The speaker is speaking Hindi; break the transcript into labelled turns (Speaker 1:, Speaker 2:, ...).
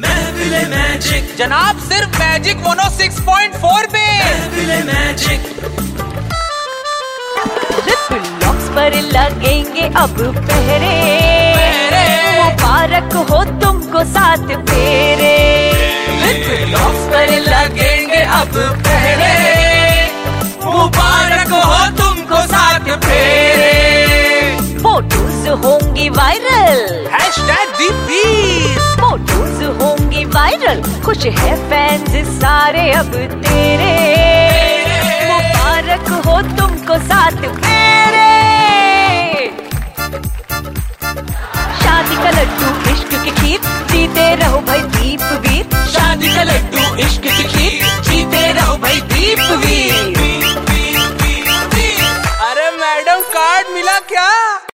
Speaker 1: महफिले मैजिक
Speaker 2: जनाब सिर्फ मैजिक मोनो 6.4 पे
Speaker 1: महफिले मैजिक
Speaker 3: ट्रिपल लॉक्स पर लगेंगे अब पहरे
Speaker 2: पहरे।
Speaker 3: मुबारक हो तुमको साथ फेरे ट्रिपल लॉक्स पर लगेंगे अब पहरे
Speaker 2: मुबारक हो तुमको साथ फेरे
Speaker 3: फोटोज होंगी वायरल
Speaker 2: हैशटैग दीपी
Speaker 3: फोटोज होंगी वायरल खुश है फैंस सारे अब तेरे मुबारक हो तुमको साथ फेरे शादी का लड्डू इश्क की खीर जीते रहो भाई दीप वीर
Speaker 2: शादी का लड्डू इश्क की खीर जीते रहो भाई दीप वीर